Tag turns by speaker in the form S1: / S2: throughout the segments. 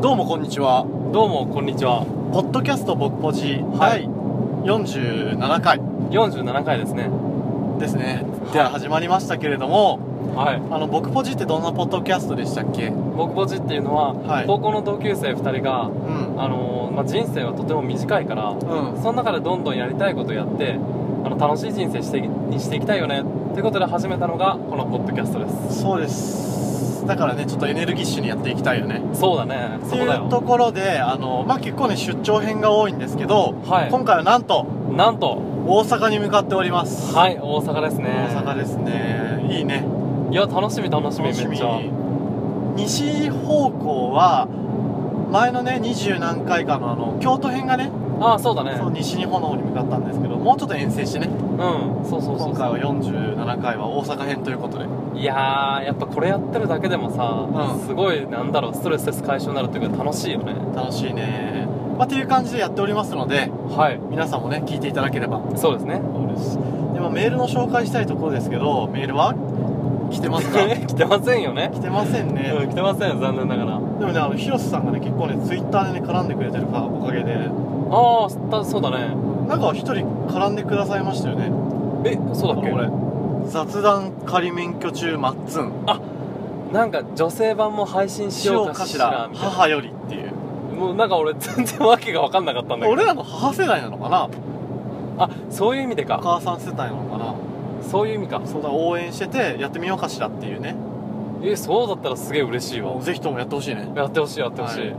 S1: どうもこんにちは。
S2: どうもこんにちは
S1: ポッドキャストぼっぽじ
S2: は
S1: 第
S2: い
S1: 47回
S2: 47回ですね
S1: ですね。では始まりましたけれども、
S2: はい
S1: あの、僕ポジってどんなポッドキャストでしたっけ
S2: 僕ぼちっていうのは、
S1: はい
S2: 高校の同級生2人が、
S1: うん。
S2: あのーまあ、人生はとても短いから
S1: うん。
S2: その中でどんどんやりたいことをやってあの楽しい人生してにしていきたいよねってことで始めたのがこのポッドキャストです
S1: そうです。だからね、ちょっとエネルギッシュにやっていきたいよね。
S2: そうだねそ
S1: と
S2: こだ
S1: いう
S2: よ
S1: ところで、あの、まあ、結構ね、出張編が多いんですけど、
S2: はい
S1: 今回はなんと、
S2: なんと
S1: 大阪に向かっております。
S2: はい大阪ですね
S1: 大阪ですね。いいね。
S2: いや楽しみ楽しみ
S1: 楽し
S2: めっ
S1: み
S2: ちゃ
S1: 西方向は前のね二十何回かのあの京都編がね、
S2: ああそうだね
S1: そう西日本の方に向かったんですけどもうちょっと遠征してね
S2: うんそうそうそうそう
S1: 今回は47回は大阪編ということで
S2: いやーやっぱこれやってるだけでもさ、
S1: うん
S2: すごいなんだろうストレス解消になるというか楽しいよね
S1: 楽しいねまあっていう感じでやっておりますので
S2: はい
S1: 皆さんもね聞いていただければ
S2: そうですね
S1: そうですでもメールの紹介したいところですけどメールは来て ますか
S2: 来てませんよね
S1: 来てませんね、
S2: うん来てません残念ながら
S1: でもねあの広瀬さんがね結構ねツイッターでね絡んでくれてるかおかげで
S2: ああそうだね
S1: なんか一人絡んでくださいましたよね
S2: えそうだっ
S1: これ
S2: け
S1: 雑談仮免許中マッツン
S2: なんか女性版も配信し
S1: しよ
S2: よ
S1: う
S2: うか
S1: かし
S2: しら
S1: ら
S2: みたい
S1: 母よりっていう
S2: なもうなんか俺全然わけが分かんなかったんだけど
S1: 俺らの母世代なのかな
S2: あそういう意味で
S1: お
S2: か
S1: 母さん世代なのか
S2: そういう意味か
S1: なそうだ応援しててやってみようかしらっていうね
S2: えそうだったらすげえ嬉しいわ
S1: ぜひともやってほしいね
S2: やってほしいやってほしい、
S1: は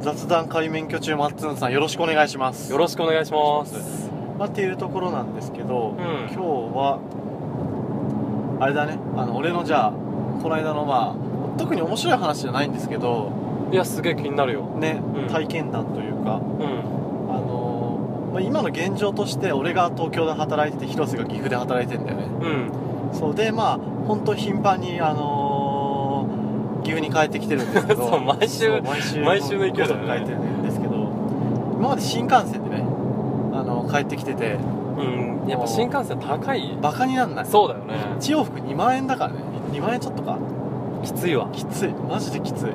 S1: 雑談仮免許中マッツンさんよろしくお願いします
S2: よろしくお願いします
S1: まあっていうところなんですけど、
S2: うん
S1: 今日はあれだねあの俺のじゃあこの間のまあ特に面白い話じゃないんですけど
S2: いやすげえ気になるよ
S1: ね、
S2: うん
S1: 体験談というか
S2: うん
S1: あのーまあ、今の現状として俺が東京で働いてて広瀬が岐阜で働いてんだよね
S2: うん
S1: そうでまあ本当頻繁にあのー岐阜に帰ってきてるんですけど
S2: そう毎週
S1: そう毎週
S2: 毎週の勢いだ
S1: 高
S2: よね
S1: 速帰ってるんですけど今まで新幹線でねあの帰ってきてて
S2: うんやっぱ新幹線高い
S1: バカになんない
S2: そうだよね
S1: 1往復2万円だからね2万円ちょっとか
S2: きついわ
S1: きついマジできついで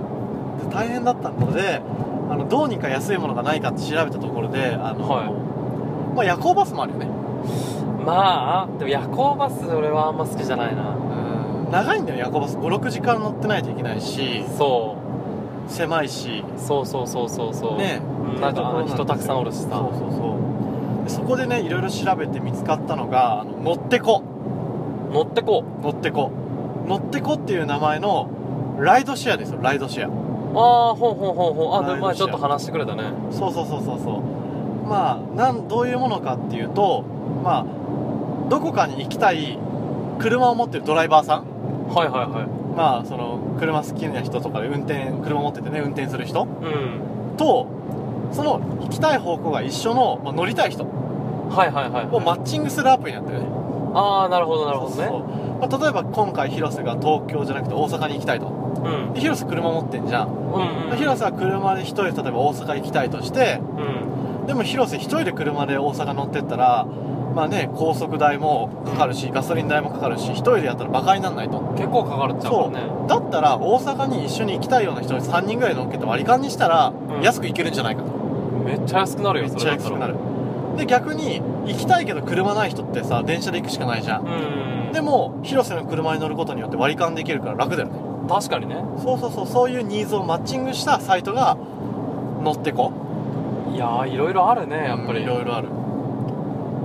S1: 大変だったのであのどうにか安いものがないかって調べたところであの、
S2: はい
S1: まあ、夜行バスもあるよね
S2: まあでも夜行バス俺はあんま好きじゃないな
S1: 長いんだよ夜行バス56時間乗ってないといけないし
S2: そ
S1: 狭いし
S2: うそうそうそうそうそう
S1: ね
S2: うんなんか人たくさんおるしさ
S1: そうそうそうでそこでねいろいろ調べて見つかったのがあの乗ってこ
S2: 乗ってこ
S1: 乗ってこ乗ってこっていう名前のライドシェアですよライドシェア
S2: うああほんほんほんほんあ
S1: ラ
S2: でも
S1: イド
S2: 前
S1: シ
S2: ち
S1: ェア
S2: ょっと話してくれたね
S1: そうそうそうそうそうまあなんどういうものかっていうとまあどこかに行きたい車を持ってるドライバーさん
S2: はいはいは
S1: まあその車好きな人とかで運転車持っててね運転する人
S2: いうん
S1: とその行きたい方向が一緒の、まあ、乗りたい人を
S2: はいはいはい
S1: マッチングするアプリなんだよね
S2: ああなるほどなるほど
S1: そう
S2: ね
S1: そうまあ、例えば今回広瀬が東京じゃなくて大阪に行きたいと
S2: うん
S1: で広瀬車持ってんじゃん、
S2: うんうん
S1: で広瀬は車で一人で例えば大阪行きたいとして
S2: うん
S1: でも広瀬一人で車で大阪乗ってったらまあね高速代もかかるしガソリン代もかかるし一人でやったらバカにならないと
S2: 結構かかるっちゃうもんね
S1: だったら大阪に一緒に行きたいような人に3人ぐらい乗っけて割り勘にしたら
S2: ん
S1: 安く行けるんじゃないかと、
S2: めっちゃ安くなる
S1: め
S2: よ
S1: っ
S2: そ
S1: ちゃ
S2: れだっ
S1: 安
S2: た
S1: くな
S2: ら
S1: るで逆に行きたいけど車ない人ってさ電車で行くしかないじゃん、
S2: うん
S1: でも広瀬の車に乗ることによって割り勘できるから楽だよね
S2: 確かにね
S1: そうそうそうそういうニーズをマッチングしたサイトが乗ってこ
S2: いやーいろいろあるねやっぱり
S1: いろいろある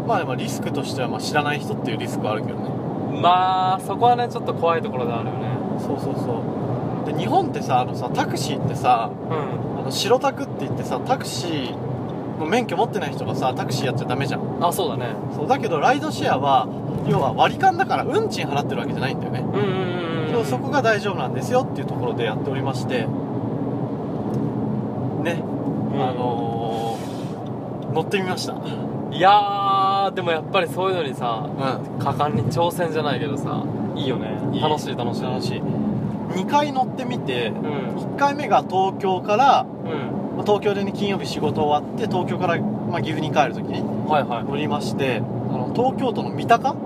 S1: まあでもリスクとしてはまあ知らない人っていうリスクはあるけどね
S2: まあそこはねちょっと怖いところであるよね
S1: そうそうそうで日本ってさあのさタクシーってさあ
S2: う
S1: の白タクって言ってさタクシーの免許持ってない人がさタクシーやっちゃダメじゃん
S2: んあそうだね
S1: そうだけどライドシェアは要は割り勘だから運賃払ってるわけじゃないんだよね
S2: うんうんうん
S1: そうそこが大丈夫なんですよっていうところでやっておりましてね
S2: うん
S1: あのー、乗ってみました
S2: いやーでもやっぱりそういうのにさ
S1: う
S2: 果敢に挑戦じゃないけどさいいよね
S1: いい
S2: 楽しい楽しい
S1: 楽しい2回乗ってみて
S2: うん
S1: 1回目が東京から
S2: うん
S1: まあ東京でね金曜日仕事終わって東京から、まあ、岐阜に帰る時に
S2: はいはい
S1: 乗りましてあの東京都の三鷹
S2: う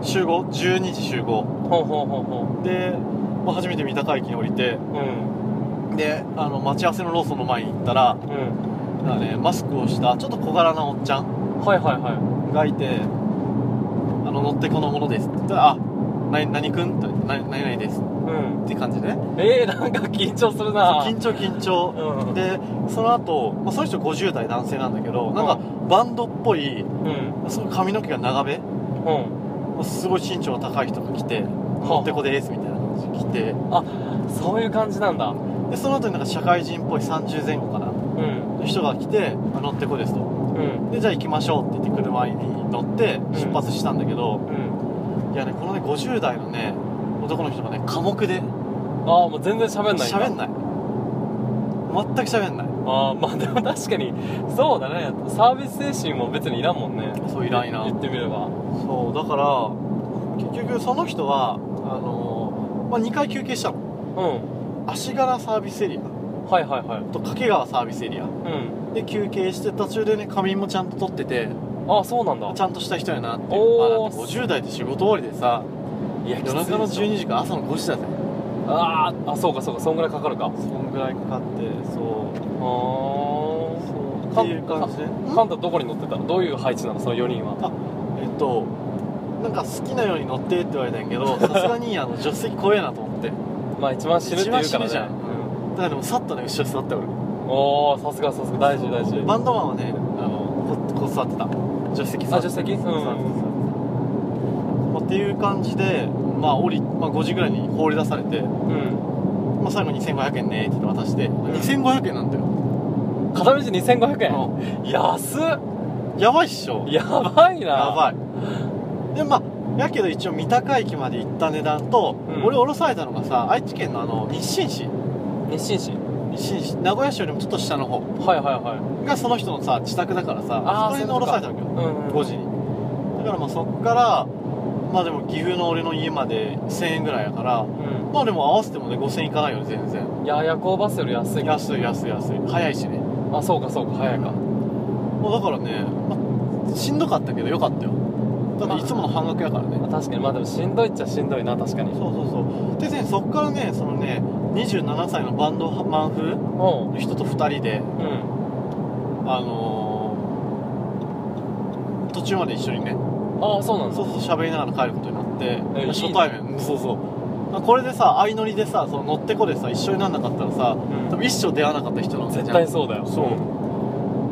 S2: ん
S1: 集合12時集合
S2: ほうほうほうほ
S1: で、まあ、初めて三鷹駅に降りて
S2: ううん
S1: であの待ち合わせのローソンの前に行ったら
S2: うん
S1: なんかねマスクをしたちょっと小柄なおっちゃん
S2: はいはいは
S1: がいて「あの乗ってこのものです」って言ったら「あ何何くん?」って「何何々です」
S2: いうん
S1: って感じでね
S2: えー、なんか緊張するな
S1: 緊張緊
S2: う
S1: 張
S2: ん
S1: でその後、まあその人50代男性なんだけどなんかバンドっぽい
S2: うん
S1: その髪の毛が長め
S2: うん
S1: すごい身長が高い人が来て「乗ってこです」みたいな感じで来て
S2: そういう感じなんだ
S1: でその後になんか社会人っぽい30前後かな
S2: うん
S1: の人が来て「あ乗ってこです」と。
S2: うん
S1: でじゃあ行きましょうって言って車に乗って
S2: ん
S1: 出発したんだけど、
S2: うん
S1: いやねこのね50代のね男の人がね寡黙で
S2: ああもう全然喋んない
S1: 喋ん
S2: ない
S1: ない全く喋んない
S2: ああまあでも確かにそうだねサービス精神も別にいらんもんね
S1: そういらんいらん
S2: 言ってみれば
S1: そうだから結局その人はあのまあ、2回休憩したの
S2: うん
S1: 足柄サービスエリア
S2: はいはいはい
S1: と掛川サービスエリア
S2: うん
S1: で休憩して途中でね仮眠もちゃんと取ってて
S2: ああそうなんだ
S1: ちゃんとした人やなって
S2: おー
S1: まあ、だって50代で仕事終わりでさ
S2: いやきつ
S1: 夜
S2: いでし
S1: 中
S2: ょ
S1: の12時から朝の5時だぜ
S2: あーあそうかそうかそんぐらいかかるかあ
S1: そんぐらいかかってそう
S2: そう
S1: っていう感じで
S2: カンタどこに乗ってたのどういう配置なのその4人は
S1: えっとなんか好きなように乗ってって言われたんやけ どさすがにあの助手席怖えなと思ってだか
S2: まあ一番死ぬって言うからね
S1: 一番死ぬじゃん
S2: うん
S1: らでもさっとね後ろ座って俺
S2: おおさすがさすが大事大事
S1: バンドマンはねあのここう座ってた助手席座
S2: あ
S1: って
S2: 助手席うん
S1: 座ってたまあっていう感じでまあ降り、まあ、5時ぐらいに放り出されて、
S2: うん
S1: まあ、最後2500円ねって言って渡して、2500円なんだよ、
S2: 片道2500円
S1: う
S2: 安っ
S1: んやばいっしょ
S2: やばいな
S1: やばいでまあやけど一応三鷹駅まで行った値段と、
S2: うん
S1: 俺降ろされたのがさ愛知県のあの日清市
S2: 日清市
S1: 日清市名古屋市よりもちょっと下の方
S2: はいはいはい
S1: がその人のさ自宅だからさ
S2: あー
S1: そこに降ろされたわけよ
S2: うん
S1: 5時にだからまあそっからまあでも岐阜の俺の家まで1000円ぐらいやから
S2: う
S1: まあでも合わせてもね5000円いかないよね全然
S2: んいや夜行バスより安い
S1: 安い安い安い早いしね
S2: あそうかそうか早いか
S1: もうだからね、まあ、しんどかったけどよかったよだっていつもの半額やからね
S2: まあ確かにまあでもしんどいっちゃしんどいな確かに
S1: そうそうそうでねそっからねそのね27歳のバンドマン風
S2: うん
S1: の人と2人で
S2: うん
S1: あのー、途中まで一緒にね
S2: ああそうなんだ
S1: そうそう喋りながら帰ることになって、
S2: え
S1: 初対面うんそうそうまあこれでさ相乗りでさその乗ってこでさ一緒になんなかったらさ
S2: うん
S1: 多分一生出会わなかった人なんだ
S2: 絶
S1: じゃん
S2: 対そうだよ
S1: そう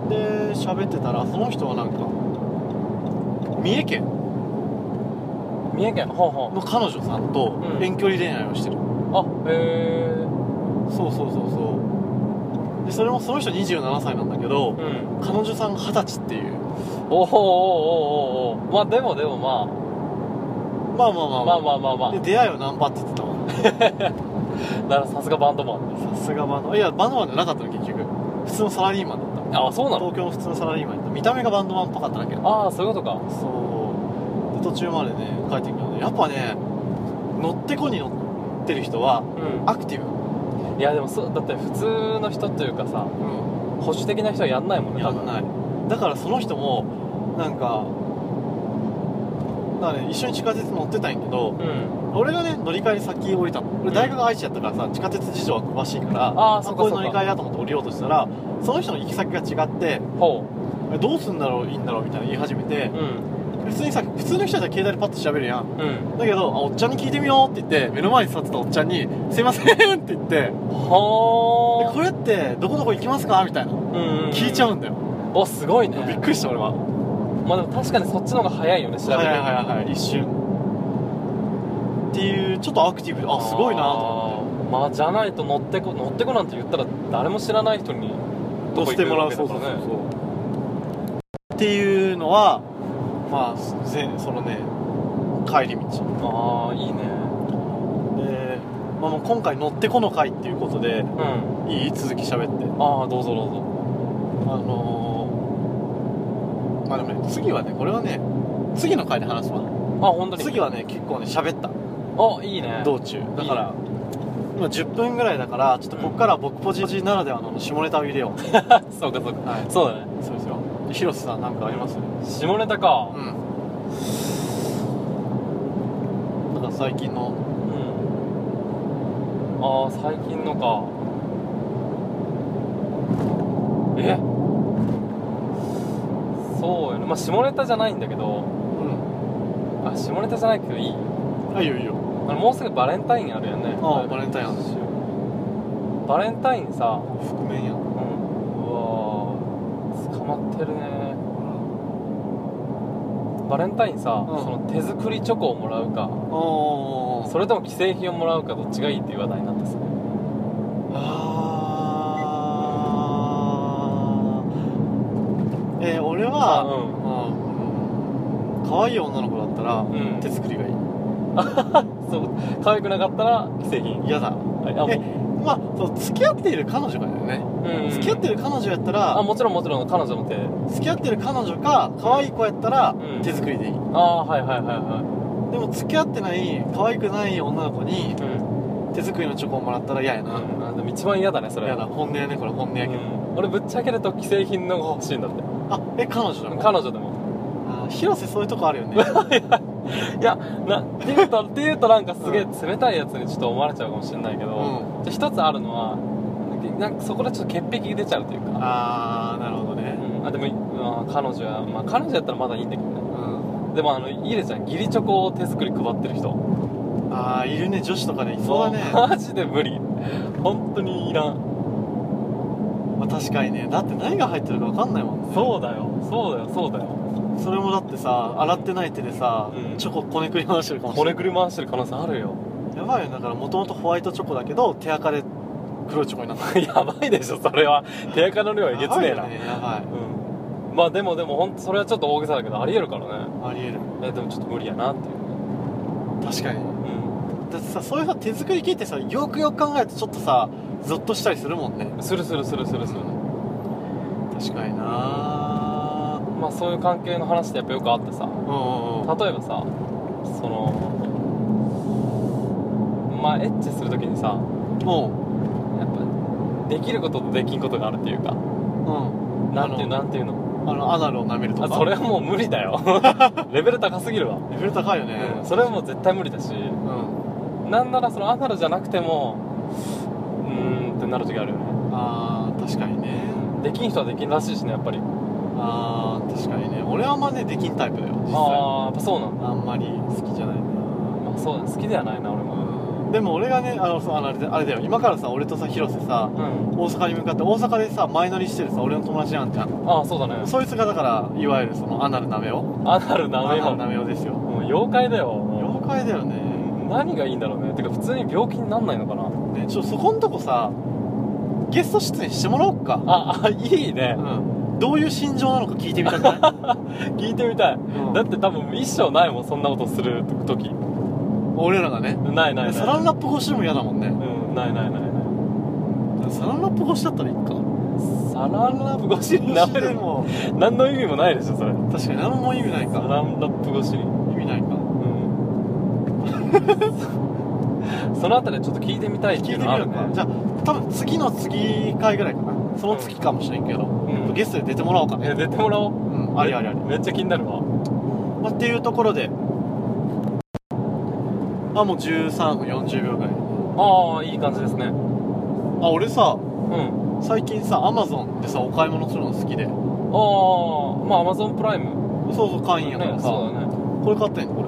S1: で喋ってたらその人はなんか三重県
S2: 三重県ほうほう
S1: の彼女さんと
S2: うん
S1: 遠距離恋愛をしてる、
S2: あへえ
S1: そうそうそうそうでそれもその人27歳なんだけど
S2: うん
S1: 彼女さんが二十歳っていう
S2: おおおおおおまあでもでもま
S1: まあまあま
S2: あ
S1: あ
S2: まあまあまあまあ
S1: で出会いはナンパって言ってたわ
S2: だからさすがバンドマ
S1: さ
S2: ン
S1: すがバンドいやバンドマンじゃなかったの結局普通のサラリーマンだった
S2: あそうなの
S1: 東京の普通のサラリーマンだった見た目がバンドマンっぽかっただけ
S2: ああそういうことか
S1: そうで途中までね帰ってくるのでやっぱね乗ってこに乗ってる人は
S2: う
S1: アクティブ
S2: んいやでもそうだって普通の人というかさ
S1: う
S2: 保守的な人はやんないもんね
S1: や
S2: 多
S1: ん
S2: 分
S1: ないだからその人もなんかだからね一緒に地下鉄乗ってたんやけど
S2: うん
S1: 俺がね乗り換えで先降りたの俺大学が愛知やったからさ地下鉄事情は詳しいから
S2: あー
S1: あ
S2: そっか
S1: こうい
S2: そうっ
S1: 乗り
S2: か
S1: 換えだと思って降りようとしたらその人の行き先が違って
S2: ほ
S1: どうすんだろういいんだろうみたいな言い始めて
S2: ううん
S1: 普通にさ普通の人だったら携帯でパッと喋るやん
S2: うん
S1: だけどあおっちゃんに聞いてみようって言って目の前に座ってたおっちゃんに「すいません」って言って で「
S2: はあ
S1: これってどこどこ行きますか?」みたいな聞いちゃうんだよ
S2: おすごいね
S1: びっくりした俺は
S2: まあでも確かにそっちの方が早いよね調べ
S1: はい
S2: る
S1: はいはいはい一瞬っていうちょっとアクティブであすごいなと思って
S2: 思ってまあじゃないと乗ってこ乗ってこなんて言ったら誰も知らない人に
S1: どうしてもらう
S2: ど
S1: そう
S2: こ
S1: そ
S2: 行
S1: う
S2: くわけだからね
S1: そうっていうのはまあぜそのね帰り道
S2: ああいいね
S1: で、まあ、もう今回乗ってこの回っていうことで
S2: うん
S1: いい続き喋って
S2: ああどうぞどうぞ
S1: あのー、まあでもね次はねこれはね次の回で話すわ
S2: あ本当に
S1: 次はね結構ね喋った
S2: あいいね
S1: 道中だから今10分ぐらいだからちょっとこっから僕ポジならではの下ネタを入れよう
S2: そうかそうか
S1: はい
S2: そうだね
S1: そうですよ広瀬さんなんかあります
S2: 下ネタか
S1: んなんか最近の
S2: うんああ最近のかえそうやなまあ下ネタじゃないんだけ
S1: う
S2: どあ下ネタじゃないけどいい
S1: んあいいよいいよ
S2: あのもうすぐバレンタインあるよね
S1: ああバレンタインあるんですよ
S2: バレンタインさ
S1: 覆面や
S2: うんうわー捕まってるねバレンタインさ、
S1: うん
S2: その手作りチョコをもらうか
S1: お
S2: それとも既製品をもらうかどっちがいいっていう話題になってさ
S1: あーえー、俺
S2: あ
S1: は、
S2: う
S1: うん、可愛い女の子だったら、
S2: んうん
S1: 手作りがいい
S2: そう可愛くなかったら既製品
S1: 嫌だ
S2: はいあもう
S1: えまあそう付き合っている彼女がいるよね、
S2: うん
S1: 付き合ってる彼女やった
S2: あ
S1: ら
S2: もちろんもちろん彼女の手
S1: 付き合ってる彼女か可愛い子やったら、
S2: うん
S1: 手作りでいい
S2: ああはいはいはいは
S1: でも付き合ってない可愛くない女の子に
S2: いうん、
S1: 手作りのチョコをもらったら嫌やな、
S2: うん、あでも一番嫌だねそれ
S1: 嫌だ本音やねこれ本音
S2: う
S1: やけど、
S2: ん、俺ぶっちゃけると既製品の方が欲しいんだって
S1: あえ彼女だもん
S2: 彼女でも
S1: あー広瀬そういうとこあるよね
S2: いやなっていうと っていうとなんかすげえ冷たいやつにちょっと思われ ちゃうかもしれないけ
S1: う
S2: ど、
S1: ん
S2: じゃあ一つあるのはなんかそこでちょっと潔癖出ちゃうというか
S1: ああなるほど
S2: う
S1: ね
S2: んあでも、まあ、彼女は、まあ、彼女やったらまだいいんだけどね
S1: うん
S2: でもあのイレちゃん義理チョコを手作り配ってる人
S1: ああいるね女子とかねいそうだね、
S2: マジで無理本当にいらん
S1: まあ、確かにねだって何が入ってるか分かんないもんね
S2: そうだよそうだよそうだよ
S1: それもだってさ洗ってない手でさ、
S2: うん
S1: チョコこねくり回してるかもし
S2: こ
S1: れない
S2: ねくり回してる可能性あるよ
S1: やばいよだからもともとホワイトチョコだけど手垢で黒いチョコになった
S2: やばいでしょそれは手垢の量えげつねえ
S1: や
S2: な、
S1: ばいよねやばい
S2: うんまあでもでも本当それはちょっと大げさだけどありえるからね
S1: ありえる
S2: えでもちょっと無理やなっていうね
S1: 確かに
S2: う
S1: だってさそういうさ手作り系ってさよくよく考えるとちょっとさゾッとしたりするもんね
S2: んするするするするする
S1: 確かにな
S2: まあそういう関係の話ってやっぱよくあってさ
S1: うんうんうん
S2: 例えばさそのまあエッチするときにさ
S1: も
S2: やっぱできることとできんことがあるっていうか
S1: ううん
S2: なんていう
S1: あ
S2: なんていうの
S1: あのアナルを舐めると
S2: あ
S1: か
S2: それはもう無理だよ レベル高すぎるわ、
S1: レベル高いよね
S2: うんそれはもう絶対無理だし
S1: うん
S2: なんならそのアナルじゃなくてもうーんってなる時があるよね
S1: あー確かにね
S2: できん人はできんらしいしねやっぱり
S1: あー確かにね俺はあんまねできんタイプだよ実際あ
S2: ああやっぱそうなんだ、
S1: んまり好きじゃないな
S2: まあ、そうだね好きではないな俺も
S1: でも俺がねあのそうあのあれだあれだよ今からさ俺とさ広瀬さ
S2: うん
S1: 大阪に向かって大阪でさ前乗りしてるさ俺の友達なんじゃん
S2: ああそうだね
S1: そいつがだからいわゆるそのアナルなめを
S2: アナル
S1: ア
S2: な
S1: ナ
S2: め
S1: ル
S2: よ
S1: なめをですよ
S2: もう妖怪だよも
S1: 妖怪だよね
S2: う何がいいんだろうねてか普通に病気になんないのかな
S1: ねちょっとそこんとこさゲスト出演してもらおっか
S2: ああいいね
S1: うんどういう心情なのか聞いてみた くない、
S2: 聞いてみたいだって多分一生ないもんそんなことする時
S1: 俺らがね
S2: ないないない
S1: サランラップ越しでも嫌だもんね
S2: うんないないないない
S1: サランラップ越しだったらいいか
S2: サランラップ越しになめ
S1: 越しで
S2: る
S1: も
S2: 何の意味もないでしょそれ
S1: 確かに何も意味ない
S2: サ
S1: か
S2: ランラップ越しに
S1: 意味ないか
S2: うん そのあたりはちょっと聞いてみたいって
S1: 聞
S2: い
S1: いうてみ
S2: のはあ
S1: よ
S2: る
S1: う
S2: ね
S1: かじゃあ多分次の次回ぐらいかなその次かもしれんけど、
S2: うん
S1: ゲストで出てもらおうかね
S2: え出てもらおう
S1: うんありありあり、
S2: めっちゃ気になるわ
S1: まあ、っていうところであもう13分40秒ぐらい
S2: ああいい感じですね
S1: あ俺さ
S2: うん
S1: 最近さアマゾンでさお買い物するの好きで
S2: ああまあアマゾンプライム
S1: そうそう会員やから
S2: ね
S1: さ、
S2: そうだね
S1: これ買ったんやこ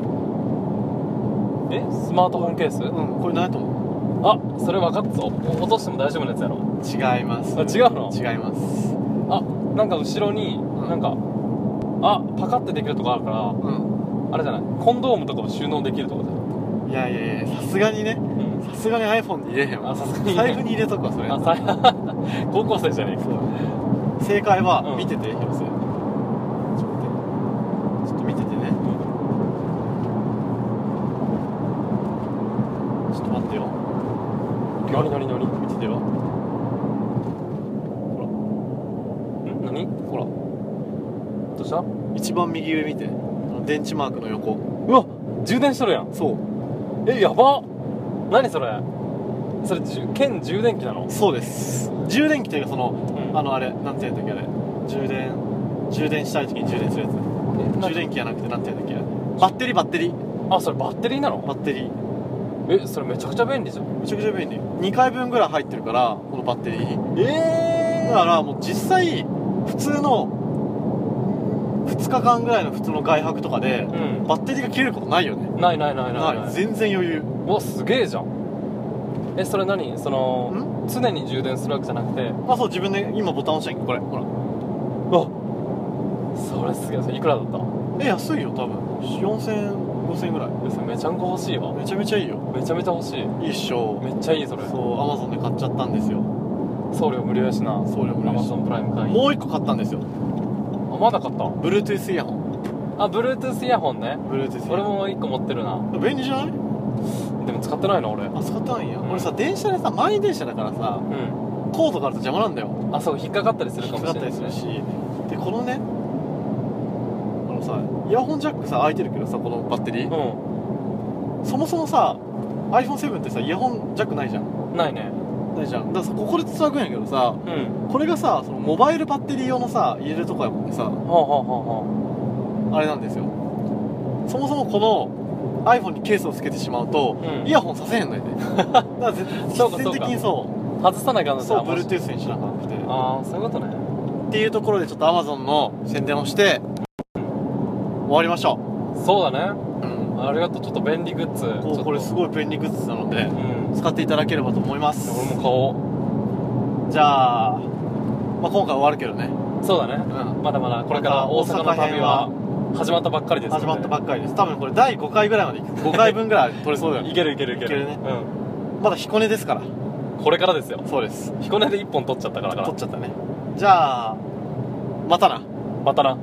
S1: れ
S2: えスマートフォンケース
S1: うんこれ何やと思う
S2: あそれ分かったぞ落としても大丈夫なやつやろ
S1: 違います
S2: あ違うの
S1: 違います
S2: あなんか後ろに
S1: ん
S2: なんかあパカってできるとこあるから
S1: う
S2: あれじゃないコンドームとかも収納できるとこじゃない
S1: んいやいやいやさすがにね
S2: うん
S1: さすがに iPhone に入れへんわ
S2: あさすがにね
S1: 財布に入れとくわそれ
S2: あさ 高校生じゃねえか
S1: そう正解は、
S2: うん
S1: 見てて広瀬ちょっと待ってちょっと見ててねちょっと待ってよ
S2: 何何何
S1: 見ててよ
S2: ん何
S1: ほら
S2: どうしたう
S1: 一番右上見てあの電池マークの横
S2: わ充電しとるやん
S1: そう
S2: えやばっ何それそれじゅ剣充電器なの
S1: そうです充電器というかその
S2: うん
S1: あのあれなんていうんだっけあれ充電充電したい時に充電するやつ
S2: えな
S1: 充電器じゃなくてなんていうんだっけバッテリーバッテリー
S2: あそれバッテリーなの
S1: バッテリー
S2: えそれめちゃくちゃ便利じゃん
S1: めちゃくちゃ便利2回分ぐらい入ってるからこのバッテリー
S2: ええ
S1: だからもう実際普通の2日間ぐらいの普通の外泊とかで
S2: うん
S1: バッテリーが切れることないよね
S2: ないないないない
S1: ない
S2: ない
S1: 全然余裕
S2: おすげえじゃんえそれ何その常に充電するわけじゃなくて
S1: あそう自分で今ボタン押したんやけどこれほら
S2: あそれすげえそれいくらだった
S1: え安いよ多分40005000ぐらい
S2: えそれめちゃんこ欲しいわ
S1: めちゃめちゃいいよ
S2: めちゃめちゃ欲しい
S1: いいっしょ
S2: めっちゃいいそれ
S1: そうアマゾンで買っちゃったんですよ
S2: 送料無料やしな
S1: 送料無料
S2: ア
S1: や
S2: マ
S1: し
S2: ゾンプライム会員
S1: もう1個買ったんですよ
S2: あまだ買った
S1: Bluetooth イヤホン
S2: あ Bluetooth イヤホンね
S1: Bluetooth イ
S2: 俺
S1: ヤホ
S2: も1個持ってるな
S1: ン便利じゃない
S2: でも使ってないな俺
S1: あ使ったんや
S2: うん
S1: 俺さ電車でさ満員電車だからさ
S2: う
S1: コードがあると邪魔なんだよ
S2: んあそう引っかかったりする
S1: 引
S2: か
S1: っ
S2: も
S1: かか
S2: し
S1: っ
S2: れ
S1: た
S2: ない
S1: りするしでこのねあのさイヤホンジャックさ開いてるけどさこのバッテリーそもそもさ iPhone7 ってさイヤホンジャックないじゃん
S2: うんないね
S1: ないじゃんだからさここでつなぐんやけどさ
S2: うん
S1: これがさそのモバイルバッテリー用のさ入れるとこやもんでさ
S2: ほうほうほうほ
S1: あれなんですよそもそもこの iPhone にケースをつけてしまうと
S2: ううん
S1: イヤホンさせへんの よねだから絶
S2: そうか
S1: 実践的にそう
S2: 外さないかんの
S1: そう
S2: あんまし
S1: Bluetooth にしなかったくてっ
S2: ああそういうことね
S1: ていうところでちょっと Amazon の宣伝をして終わりましょ
S2: そうだね
S1: う、うん、
S2: ありがとうちょっと便利グッズちょっ
S1: ことうこれすごい便利グッズなので
S2: うん
S1: 使っていただければと思います
S2: 俺も買おう
S1: じゃあ、まあ、今回終わるけどね、
S2: そうだね
S1: うん、
S2: まだまだこれから大阪の
S1: 大阪
S2: 旅
S1: 編
S2: は始まったばっかりですの
S1: 始
S2: で
S1: まったばっかりです多分これ第5回ぐらいまで5回分ぐらい取れそうだよね
S2: いけるいけるいける
S1: いけるねまだ彦根ですから
S2: うんこれからですよ
S1: そうです
S2: 彦根で1本取っちゃったから
S1: 取っちゃったねじゃあまたな
S2: またな